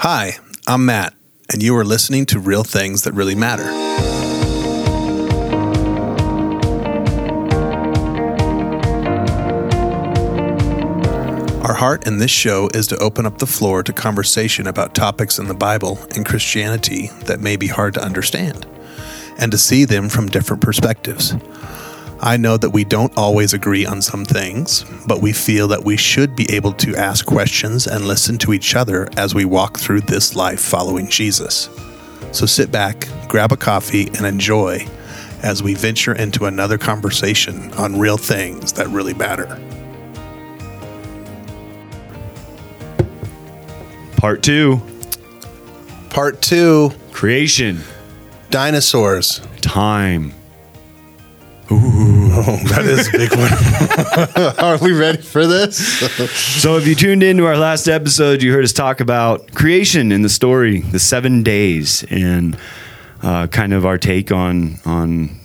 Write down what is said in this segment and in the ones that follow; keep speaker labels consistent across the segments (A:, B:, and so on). A: Hi, I'm Matt, and you are listening to Real Things That Really Matter. Our heart in this show is to open up the floor to conversation about topics in the Bible and Christianity that may be hard to understand, and to see them from different perspectives. I know that we don't always agree on some things, but we feel that we should be able to ask questions and listen to each other as we walk through this life following Jesus. So sit back, grab a coffee, and enjoy as we venture into another conversation on real things that really matter.
B: Part two
A: Part two
B: creation
A: dinosaurs.
B: time.
A: Oh, That is a big one. Are we ready for this?
B: So, if you tuned into our last episode, you heard us talk about creation in the story, the seven days, and uh, kind of our take on on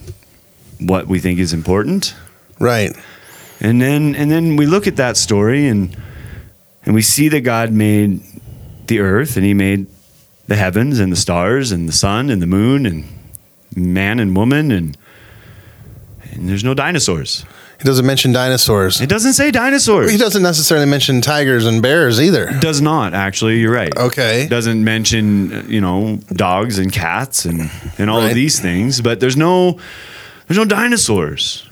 B: what we think is important.
A: right.
B: And then and then we look at that story and and we see that God made the earth and he made the heavens and the stars and the sun and the moon and man and woman and and there's no dinosaurs.
A: He doesn't mention dinosaurs.
B: It doesn't say dinosaurs.
A: He doesn't necessarily mention tigers and bears either.
B: Does not actually. You're right.
A: Okay.
B: Doesn't mention uh, you know dogs and cats and and all
A: Right.
B: of these things, but there's no there's no dinosaurs.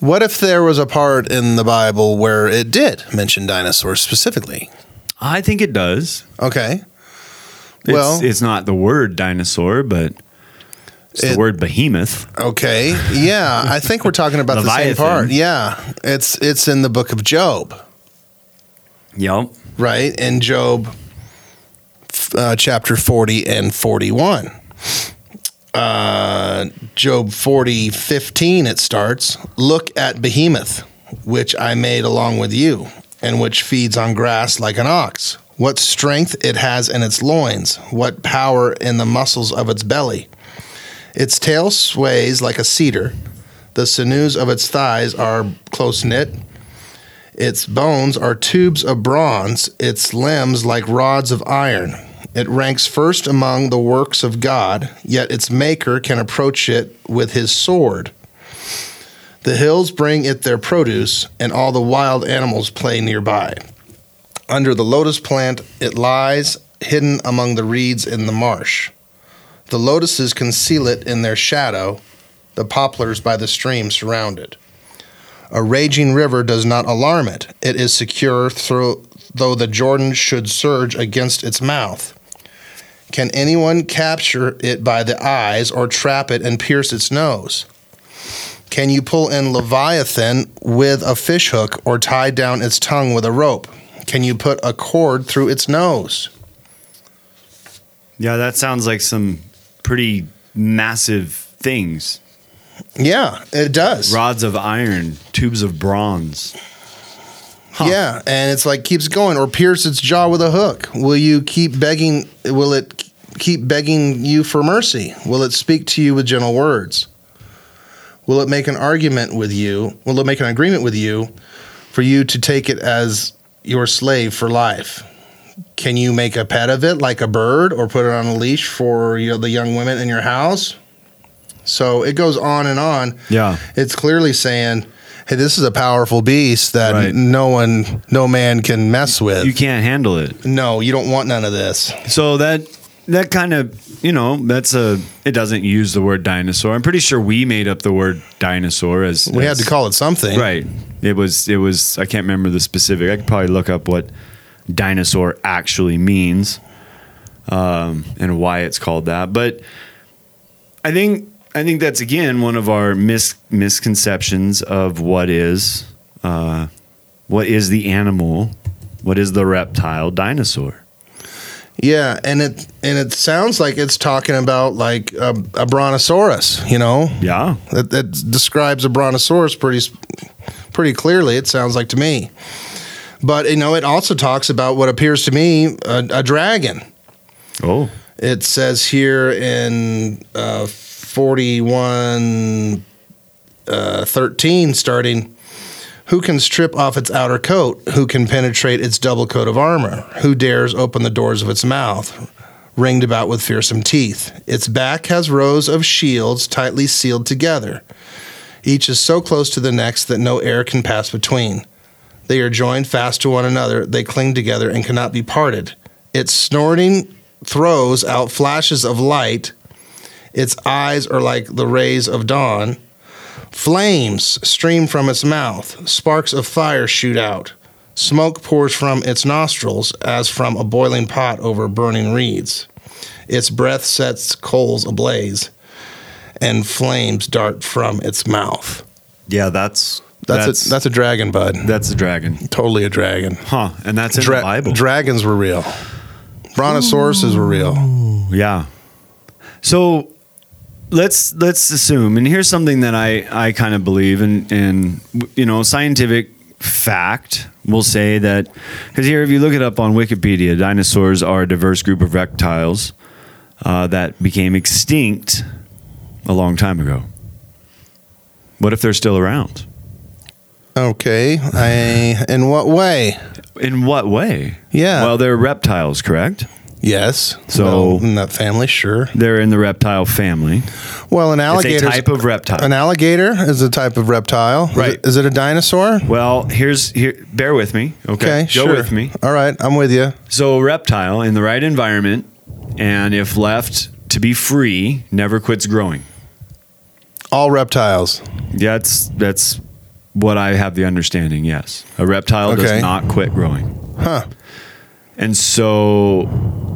A: What if there was a part in the Bible where it did mention dinosaurs specifically?
B: I think it does.
A: Okay.
B: It's,
A: Well-
B: it's not the word dinosaur, but it's
A: It-
B: the word behemoth.
A: Okay. Yeah, I think we're talking about the same
B: Leviathan.
A: part. Yeah. It's it's in the book of Job,
B: Yep.
A: right? In Job f- uh, chapter 40 and 41. Uh, Job 40, 15, it starts Look at behemoth, which I made along with you, and which feeds on grass like an ox. What strength it has in its loins, what power in the muscles of its belly. Its tail sways like a cedar, the sinews of its thighs are close knit. Its bones are tubes of bronze, its limbs like rods of iron. It ranks first among the works of God, yet its maker can approach it with his sword. The hills bring it their produce, and all the wild animals play nearby. Under the lotus plant, it lies hidden among the reeds in the marsh. The lotuses conceal it in their shadow, the poplars by the stream surround it. A raging river does not alarm it. It is secure through, though the Jordan should surge against its mouth. Can anyone capture it by the eyes or trap it and pierce its nose? Can you pull in Leviathan with a fishhook or tie down its tongue with a rope? Can you put a cord through its nose?
B: Yeah, that sounds like some pretty massive things.
A: Yeah, it does.
B: Rods of iron, tubes of bronze. Huh.
A: Yeah, and it's like keeps going or pierce its jaw with a hook. Will you keep begging? Will it keep begging you for mercy? Will it speak to you with gentle words? Will it make an argument with you? Will it make an agreement with you for you to take it as your slave for life? Can you make a pet of it like a bird or put it on a leash for you know, the young women in your house? So it goes on and on
B: Yeah.
A: it's clearly saying, "Hey, this is a powerful beast that
B: Right.
A: no one, no man can mess with."
B: You can't handle it.
A: no, you don't want none of this.
B: So that that kind of you know that's a it doesn't use the word dinosaur. I'm pretty sure we made up the word dinosaur as
A: We
B: as-
A: had to call it something,
B: right. It was it was I can't remember the specific. I could probably look up what dinosaur actually means um, and why it's called that. But I think I think that's again one of our mis- misconceptions of what is uh, what is the animal, what is the reptile dinosaur.
A: Yeah, and it and it sounds like it's talking about like a, a brontosaurus. You know,
B: Yeah.
A: that, that describes a brontosaurus pretty s- pretty clearly. It sounds like to me, but you know, it also talks about what appears to me a, a dragon.
B: Oh.
A: It says here in uh, 41 uh, 13, starting, Who can strip off its outer coat? Who can penetrate its double coat of armor? Who dares open the doors of its mouth, ringed about with fearsome teeth? Its back has rows of shields tightly sealed together. Each is so close to the next that no air can pass between. They are joined fast to one another. They cling together and cannot be parted. Its snorting throws out flashes of light. Its eyes are like the rays of dawn. Flames stream from its mouth. Sparks of fire shoot out. Smoke pours from its nostrils as from a boiling pot over burning reeds. Its breath sets coals ablaze, and flames dart from its mouth.
B: Yeah, that's
A: That's
B: that's
A: a, that's a dragon, bud.
B: that's a dragon,
A: Totally a dragon.
B: huh? And that's in
A: Dra-
B: the Bible.
A: Dragons were real. Brontosauruses were real.
B: Yeah. So let's let's assume, and here's something that I I kind of believe in. In you know, scientific fact will say that because here, if you look it up on Wikipedia, dinosaurs are a diverse group of reptiles uh, that became extinct a long time ago. What if they're still around?
A: Okay. I, in what way?
B: In what way?
A: Yeah.
B: Well, they're reptiles, correct?
A: yes.
B: So-
A: Well, in that family, sure.
B: They're in the reptile family.
A: Well, an alligator.
B: It's a type of reptile.
A: An alligator is a type of reptile. Is
B: Right.
A: it- Is it a dinosaur?
B: Well, here's here. Bear with me. Okay,
A: Okay,
B: go
A: sure.
B: with me.
A: All right, I'm with you.
B: So, reptile in the right environment, and if left to be free, never quits growing.
A: All reptiles.
B: Yeah, that's that's what I have the understanding. Yes, a reptile
A: Okay.
B: does not quit growing.
A: Huh.
B: And so,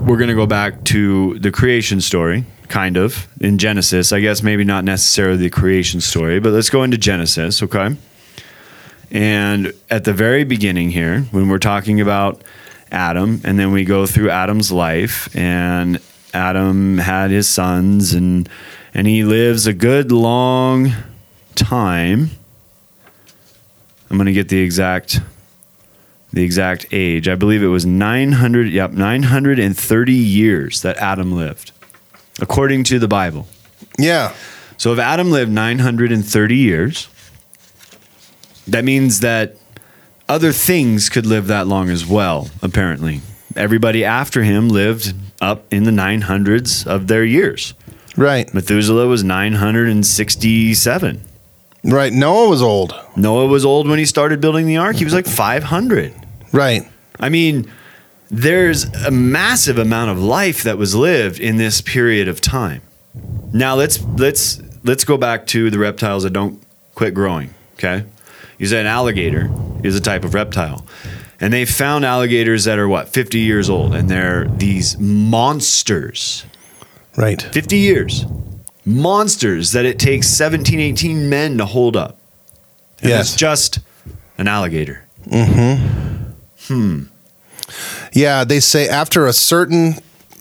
B: we're gonna go back to the creation story, kind of in Genesis. I guess maybe not necessarily the creation story, but let's go into Genesis. Okay. And at the very beginning here, when we're talking about Adam, and then we go through Adam's life, and Adam had his sons, and and he lives a good long time. I'm gonna get the exact the exact age. I believe it was 900. Yep, 930 years that Adam lived, according to the Bible.
A: Yeah.
B: So if Adam lived 930 years, that means that other things could live that long as well, apparently. Everybody after him lived up in the 900s of their years.
A: Right.
B: Methuselah was 967.
A: Right. Noah was old.
B: Noah was old when he started building the ark. He was like 500.
A: Right.
B: I mean, there's a massive amount of life that was lived in this period of time. Now let's let's let's go back to the reptiles that don't quit growing. Okay, you said an alligator is a type of reptile, and they found alligators that are what 50 years old, and they're these monsters.
A: Right.
B: 50 years, monsters that it takes 17, 18 men to hold up. And
A: Yes.
B: it's just an alligator.
A: Yeah, they say after a certain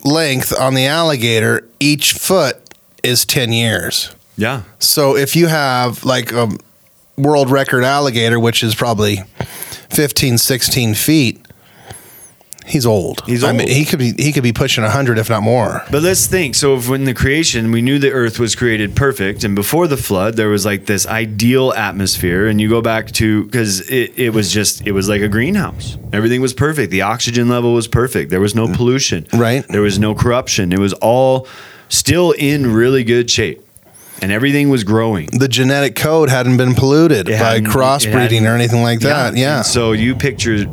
A: length on the alligator, each foot is 10 years.
B: Yeah.
A: So if you have like a world record alligator, which is probably 15, 16 feet, he's old.
B: He's
A: I mean,
B: old.
A: he could be he could be pushing 100 if not more.
B: But let's think. So, if when the creation, we knew the earth was created perfect, and before the flood, there was like this ideal atmosphere. And you go back to because it, it was just, it was like a greenhouse. Everything was perfect. The oxygen level was perfect. There was no pollution.
A: Right.
B: There was no corruption. It was all still in really good shape, and everything was growing.
A: The genetic code hadn't been polluted
B: It
A: by
B: hadn't- it
A: crossbreeding
B: hadn't-
A: or anything like that. Yeah.
B: And So you picture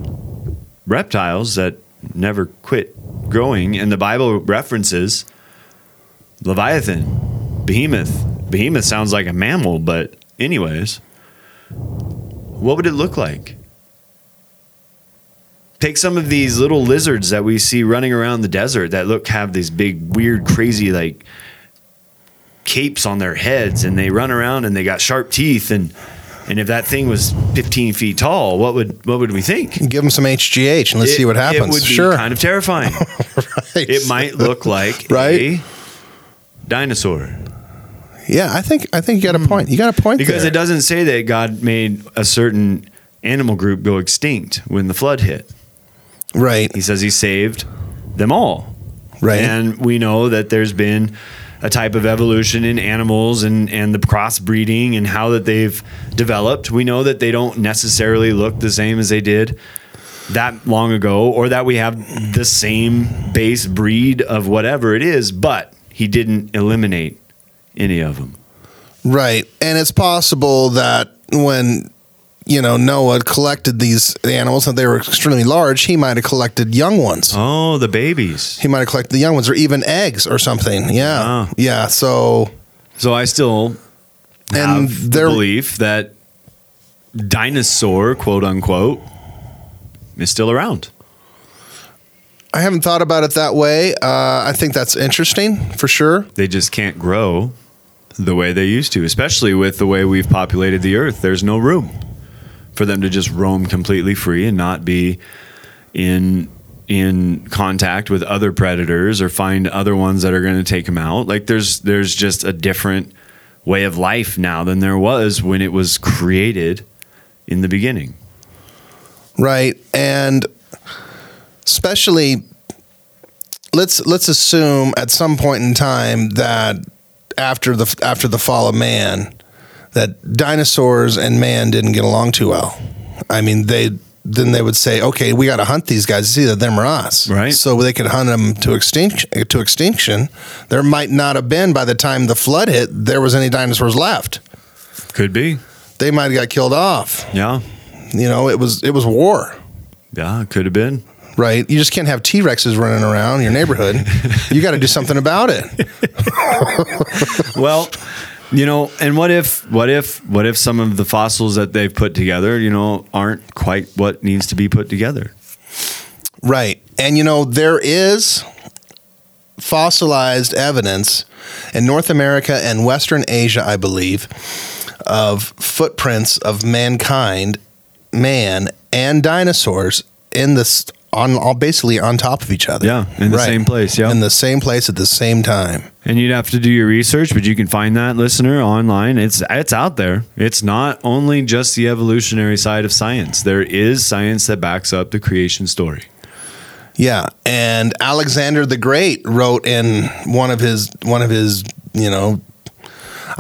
B: reptiles that never quit growing, and the Bible references Leviathan, Behemoth. Behemoth sounds like a mammal, but anyways, what would it look like? Take some of these little lizards that we see running around the desert that look have these big, weird, crazy like capes on their heads, and they run around and they got sharp teeth and and if that thing was 15 feet tall, what would what would we think?
A: Give them some HGH and let's
B: It-
A: see what happens.
B: It would be
A: sure.
B: kind of terrifying.
A: Right.
B: it might look like
A: Right?
B: a dinosaur
A: Yeah, I think I think you got a point. You got a point
B: Hmm. because
A: there.
B: it doesn't say that God made a certain animal group go extinct when the flood hit.
A: Right.
B: He says he saved them all.
A: Right.
B: And we know that there's been a type of evolution in animals and and the crossbreeding and how that they've developed. We know that they don't necessarily look the same as they did that long ago or that we have the same base breed of whatever it is, but he didn't eliminate any of them.
A: Right. And it's possible that when, you know, Noah collected these animals and they were extremely large, he might have collected young ones.
B: Oh, the babies.
A: He might have collected the young ones or even eggs or something. Yeah.
B: Ah.
A: Yeah. So,
B: So I still have
A: and
B: the
A: there,
B: belief that dinosaur, quote unquote, is still around.
A: I haven't thought about it that way. Uh, I think that's interesting for sure.
B: They just can't grow the way they used to, especially with the way we've populated the earth. There's no room for them to just roam completely free and not be in in contact with other predators or find other ones that are going to take them out. Like there's there's just a different way of life now than there was when it was created in the beginning.
A: Right. And especially let's let's assume at some point in time that after the after the fall of man that dinosaurs and man didn't get along too well. I mean, they then they would say, "Okay, we got to hunt these guys. It's either them or us."
B: Right.
A: So they could hunt them to extinction. To extinction, there might not have been by the time the flood hit there was any dinosaurs left.
B: Could be.
A: They might have got killed off.
B: Yeah.
A: You know, it was it was war.
B: Yeah, could have been.
A: right? You just can't have T Rexes running around your neighborhood. you got to do something about it.
B: well, you know, and what if what if what if some of the fossils that they've put together, you know, aren't quite what needs to be put together?
A: Right. And you know, there is fossilized evidence in North America and Western Asia, I believe, of footprints of mankind, man, and dinosaurs in this on all basically on top of each other.
B: Yeah, in the same place, yeah.
A: In the same place at the same time.
B: And you'd have to do your research, but you can find that listener online. It's it's out there. It's not only just the evolutionary side of science. There is science that backs up the creation story.
A: Yeah, and Alexander the Great wrote in one of his one of his you know,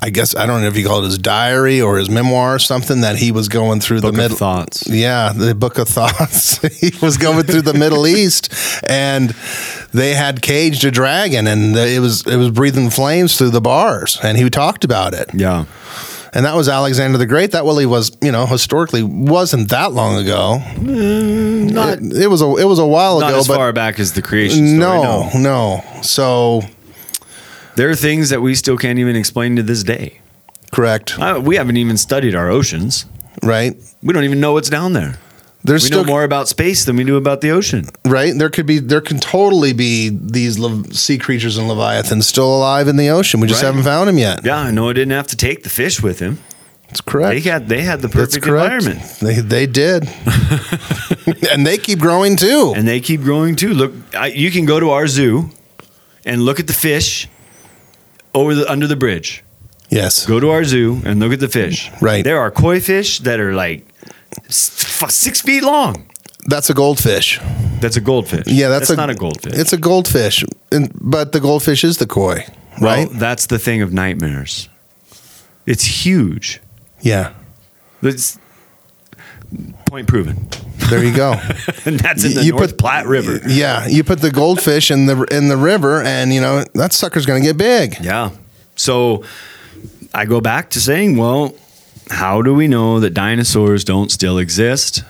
A: I guess I don't know if you call it his diary or his memoir or something that he was going through
B: Book
A: the middle
B: of thoughts.
A: yeah, the Book of Thoughts. he was going through the Middle East, and they had caged a dragon, and it was it was breathing flames through the bars, and he talked about it.
B: Yeah.
A: And that was Alexander the Great. That really was, you know, historically wasn't that long ago.
B: Mm, Not
A: It, it was a it was a while
B: not
A: ago,
B: as
A: but
B: far back as the creation story.
A: no, no, So
B: There are things that we still can't even explain to this day.
A: correct,
B: Uh, we haven't even studied our oceans.
A: right?
B: We don't even know what's down there.
A: There's
B: We
A: still
B: know more about space than we do about the ocean.
A: right. There could be there can totally be these lev- sea creatures and leviathans still alive in the ocean. We just
B: Right.
A: haven't found them yet.
B: Yeah, Noah didn't have to take the fish with him.
A: That's
B: They
A: correct.
B: had they had the
A: That's
B: perfect
A: correct.
B: environment,
A: They they did, and they keep growing too.
B: and they keep growing too. Look, I, you can go to our zoo and look at the fish over the under the bridge.
A: yes,
B: Go to our zoo and look at the fish.
A: Right.
B: there are koi fish that are like s- f- six feet long.
A: that's a goldfish.
B: That's a goldfish.
A: Yeah, that's,
B: not a goldfish.
A: It's a goldfish, and, but the goldfish is the koi,
B: well,
A: right?
B: that's the thing of nightmares. It's huge.
A: Yeah,
B: That's point proven.
A: there you go.
B: and that's in the
A: You
B: North
A: put-
B: Platte River.
A: yeah, you put the goldfish in the in the river, and you know that sucker's going to get big.
B: Yeah. So I go back to saying, well, how do we know that dinosaurs don't still exist?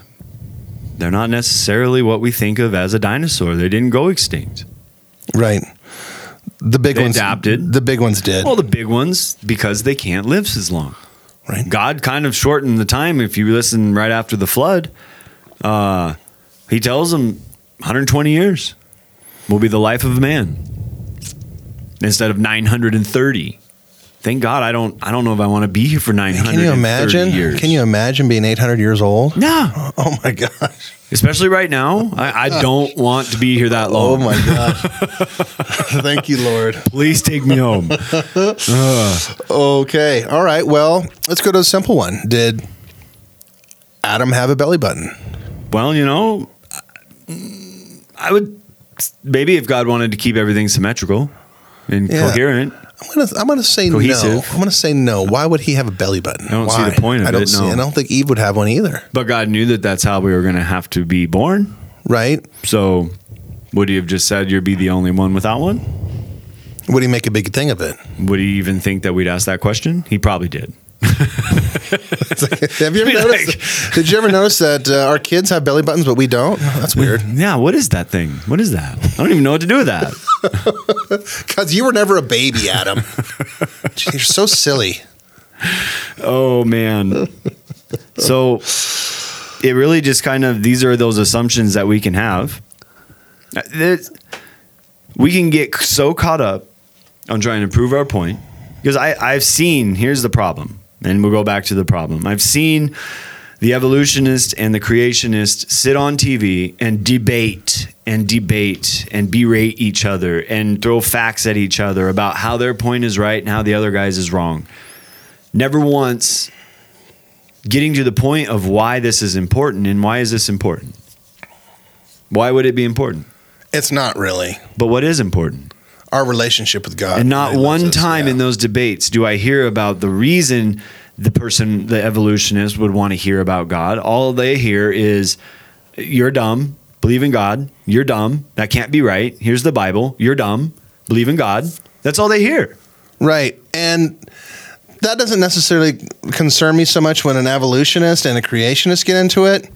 B: They're not necessarily what we think of as a dinosaur. They didn't go extinct.
A: Right. The big
B: They
A: ones
B: adapted.
A: The big ones did.
B: Well, the big ones, because they can't live as long.
A: Right.
B: God kind of shortened the time. If you listen right after the flood, uh, he tells them 120 years will be the life of a man instead of 930. Thank God I don't. I don't know if I want to be here for 900.
A: Can you imagine?
B: Years.
A: Can you imagine being 800 years old?
B: No,
A: Oh my gosh.
B: especially right now. I, I don't want to be here that long.
A: Oh my gosh. Thank you, Lord.
B: Please take me home.
A: Okay. All right. Well, let's go to a simple one. Did Adam have a belly button?
B: Well, you know, I would maybe if God wanted to keep everything symmetrical and
A: Yeah.
B: coherent,
A: I'm gonna I'm gonna say no.
B: Cohesive.
A: I'm gonna say no. Why would he have a belly button? I
B: don't see the point of
A: I don't
B: it,
A: See,
B: no.
A: I don't think Eve would have one either.
B: But God knew that that's how we were going to have to be born.
A: Right?
B: So would he have just said you'd be the only one without one?
A: Would he make a big thing of it?
B: Would he even think that we'd ask that question? He probably did.
A: have you ever
B: Be
A: noticed? did you ever notice that uh, our kids have belly buttons, but we don't? That's weird.
B: Yeah, what is that thing? What is that? I don't even know what to do with that.
A: Because you were never a baby, Adam. Gee, you're so silly.
B: Oh man. so it really just kind of these are those assumptions that we can have. Uh, this- we can get so caught up on trying to prove our point because I, I've seen here's the problem, and we'll go back to the problem. I've seen the evolutionist and the creationist sit on TV and debate and debate and berate each other and throw facts at each other about how their point is right and how the other guy's is wrong never once getting to the point of why this is important and why is this important why would it be important
A: It's not really
B: but what is important
A: our relationship with God.
B: and not
A: really loves
B: one
A: us,
B: time
A: yeah.
B: in those debates do i hear about the reason the person the evolutionist would want to hear about god all they hear is you're dumb believe in god you're dumb that can't be right here's the bible you're dumb believe in god that's all they hear
A: Right. And that doesn't necessarily concern me so much when an evolutionist and a creationist get into it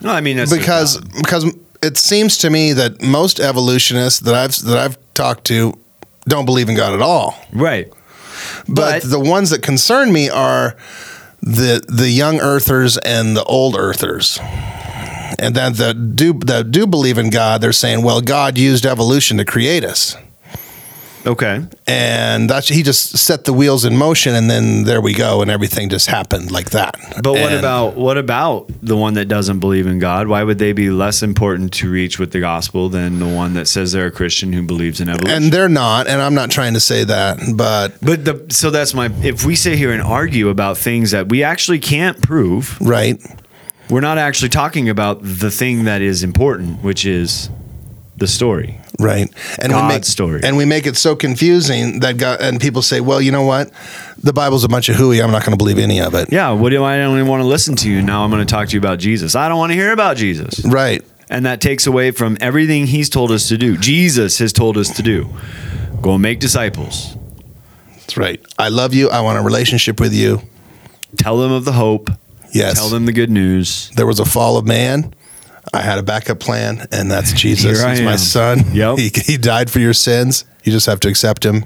B: no i mean that's
A: because because it seems to me that most evolutionists that I've that I've talked to don't believe in God at all.
B: right
A: But,
B: But-
A: the ones that concern me are the the young earthers and the old earthers. And then the do that do believe in God, they're saying, well, God used evolution to create us.
B: okay
A: and that's he just set the wheels in motion and then there we go and everything just happened like that
B: But what
A: And
B: about what about the one that doesn't believe in God? Why would they be less important to reach with the gospel than the one that says they're a Christian who believes in evolution?
A: and they're not and i'm not trying to say that but
B: but the so that's my if we sit here and argue about things that we actually can't prove,
A: right
B: we're not actually talking about the thing that is important, which is the story.
A: right and
B: God's
A: we make
B: story.
A: and we make it so confusing that god and people say well you know what the bible's a bunch of hooey i'm not going to believe any of it
B: Yeah, what do I, I don't even want to listen to you? Now I'm going to talk to you about Jesus. I don't want to hear about Jesus.
A: right
B: And that takes away from everything he's told us to do. Jesus has told us to do. Go and make disciples.
A: that's right i love you i want a relationship with you
B: Tell them of the hope.
A: yes
B: Tell them the good news.
A: there was a fall of man. I had a backup plan, and that's Jesus.
B: Here I
A: He's my
B: am.
A: son.
B: Yep.
A: He, he died for your sins. You just have to accept him,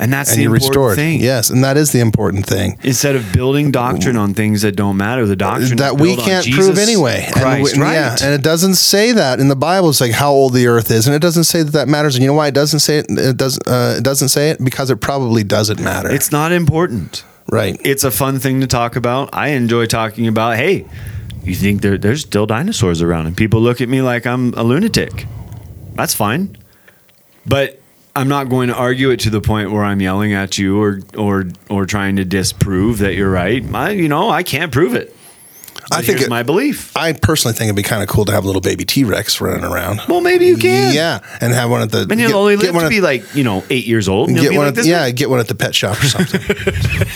B: And that's
A: and
B: the
A: you're
B: important
A: restored.
B: thing.
A: Yes, and that is the important thing.
B: Instead of building doctrine on things that don't matter, the doctrine
A: that
B: is
A: we
B: built on
A: can't
B: Jesus
A: prove anyway.
B: Christ,
A: and we-
B: right?
A: Yeah, and it doesn't say that in the Bible. It's like how old the Earth is, and it doesn't say that that matters. And you know why it doesn't say it? It doesn't. Uh, it doesn't say it because it probably doesn't matter.
B: it's not important.
A: right.
B: It's a fun thing to talk about. I enjoy talking about. Hey, you think there, there's still dinosaurs around, and people look at me like I'm a lunatic. That's fine, but I'm not going to argue it to the point where I'm yelling at you or or or trying to disprove that you're right. I, you know, I can't prove it.
A: I
B: But
A: think.
B: here's
A: It,
B: my belief.
A: I personally think it'd be kind of cool to have a little baby T Rex running around.
B: Well, maybe you can.
A: Yeah, and have one at the.
B: And he'll only live
A: one
B: to
A: at-
B: be like, you know, eight years old. And he'll
A: Get
B: be
A: one
B: like
A: at,
B: this.
A: yeah, get one at the pet shop or something.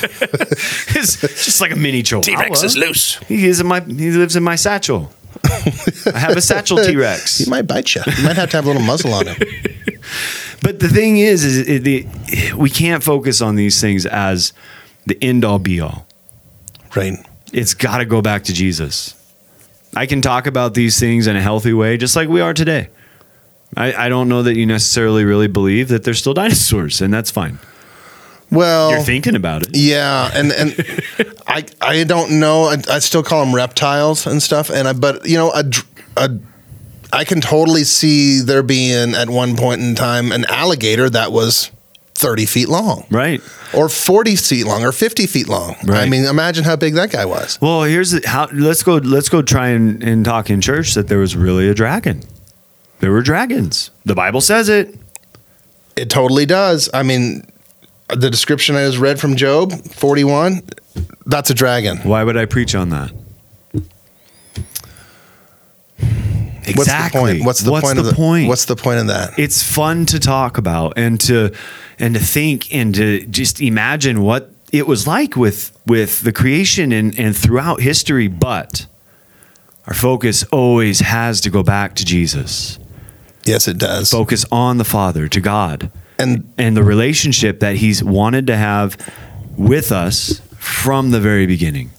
B: It's just like a mini chihuahua.
C: T-Rex is loose.
B: He is in my he lives in my satchel. I have a satchel T Rex.
A: He might bite you. You might have to have a little muzzle on him.
B: But the thing is, is it, the, we can't focus on these things as the end all be all.
A: Right.
B: It's got to go back to Jesus. I can talk about these things in a healthy way, just like we are today. I, I don't know that you necessarily really believe that there's still dinosaurs, and that's fine.
A: Well,
B: You're thinking about it.
A: yeah, and and I I don't know. I, I still call them reptiles and stuff. And I but you know a, dr- a I can totally see there being at one point in time an alligator that was. 30 feet long
B: Right.
A: or 40 feet long or 50 feet long. I
B: Right.
A: mean, imagine how big that guy was.
B: Well, here's the, how. Let's go. Let's go try and, and talk in church that there was really a dragon. There were dragons. The Bible says it.
A: It totally does. I mean, the description I just read from Job 41, that's a dragon.
B: Why would I preach on that? Exactly.
A: What's the point? What's the point of the,
B: point?
A: What's the point of that?
B: it's fun to talk about and to and to think and to just imagine what it was like with with the creation and, and throughout history but our focus always has to go back to jesus
A: yes, it does.
B: focus on the father to god
A: And
B: and the relationship that he's wanted to have with us from the very beginning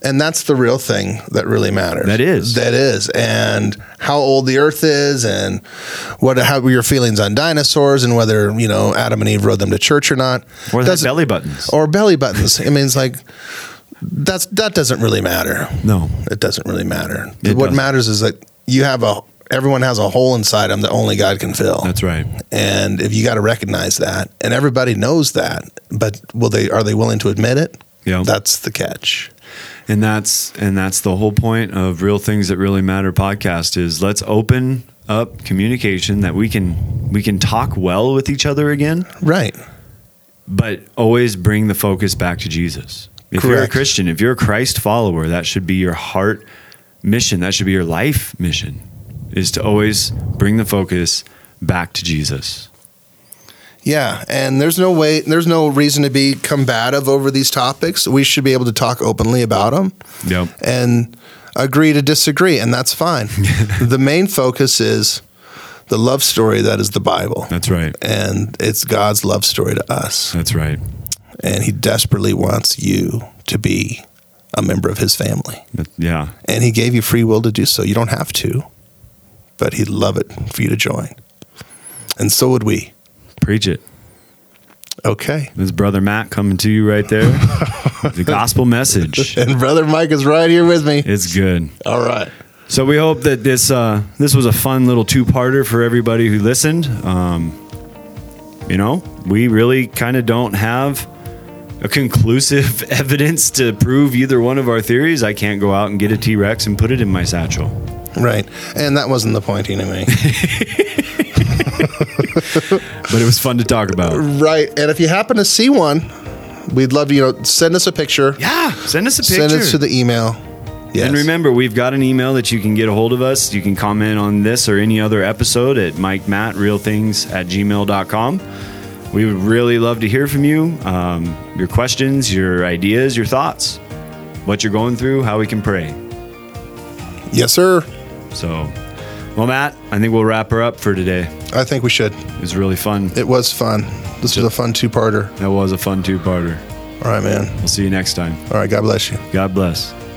A: and that's the real thing that really matters.
B: That is.
A: That is. And how old the earth is and what how were your feelings on dinosaurs and whether, you know, Adam and Eve rode them to church or not.
B: or the
A: Doesn't- Oh.
B: belly buttons
A: or belly buttons. I mean, it's like that's that doesn't really matter.
B: no
A: It doesn't really matter.
B: It
A: what
B: doesn't.
A: matters is that you have a everyone has a hole inside them that only God can fill.
B: that's right
A: And if you got to recognize that, and everybody knows that, but will they are they willing to admit it?
B: yeah
A: That's the catch.
B: And that's and that's the whole point of Real Things That Really Matter podcast is let's open up communication that we can we can talk well with each other again,
A: Right.
B: but always bring the focus back to Jesus. If you're a
A: Correct.
B: Christian, if you're a Christ follower, that should be your heart mission, that should be your life mission is to always bring the focus back to Jesus.
A: Yeah, and there's no way there's no reason to be combative over these topics. We should be able to talk openly about them.
B: Yep.
A: and agree to disagree, and that's fine. the main focus is the love story that is the Bible.
B: That's right.
A: And it's God's love story to us.
B: That's right.
A: And He desperately wants you to be a member of His family.
B: That- yeah.
A: And He gave you free will to do so. You don't have to, but He'd love it for you to join. And so would we.
B: Preach it.
A: Okay.
B: This is brother Matt coming to you right there. the gospel message.
A: And Brother Mike is right here with me.
B: It's good.
A: All right.
B: So we hope that this uh, this was a fun little two parter for everybody who listened. Um, you know, we really kind of don't have a conclusive evidence to prove either one of our theories. I can't go out and get a T Rex and put it in my satchel.
A: Right. And that wasn't the point anyway.
B: But it was fun to talk about.
A: right. And if you happen to see one, we'd love to, you know, send us a picture.
B: Yeah, send us a picture.
A: Send it to the email. Yes.
B: And remember, we've got an email that you can get a hold of us. You can comment on this or any other episode at Mike Matt realthings at gmail.com. We would really love to hear from you um, your questions, your ideas, your thoughts, what you're going through, how we can pray.
A: yes, sir.
B: So, well, Matt, I think we'll wrap her up for today.
A: I think we should.
B: It was really fun.
A: It was fun. This was a fun two parter.
B: That was a fun two parter.
A: All right, man.
B: We'll see you next time.
A: All right. God bless you.
B: God bless.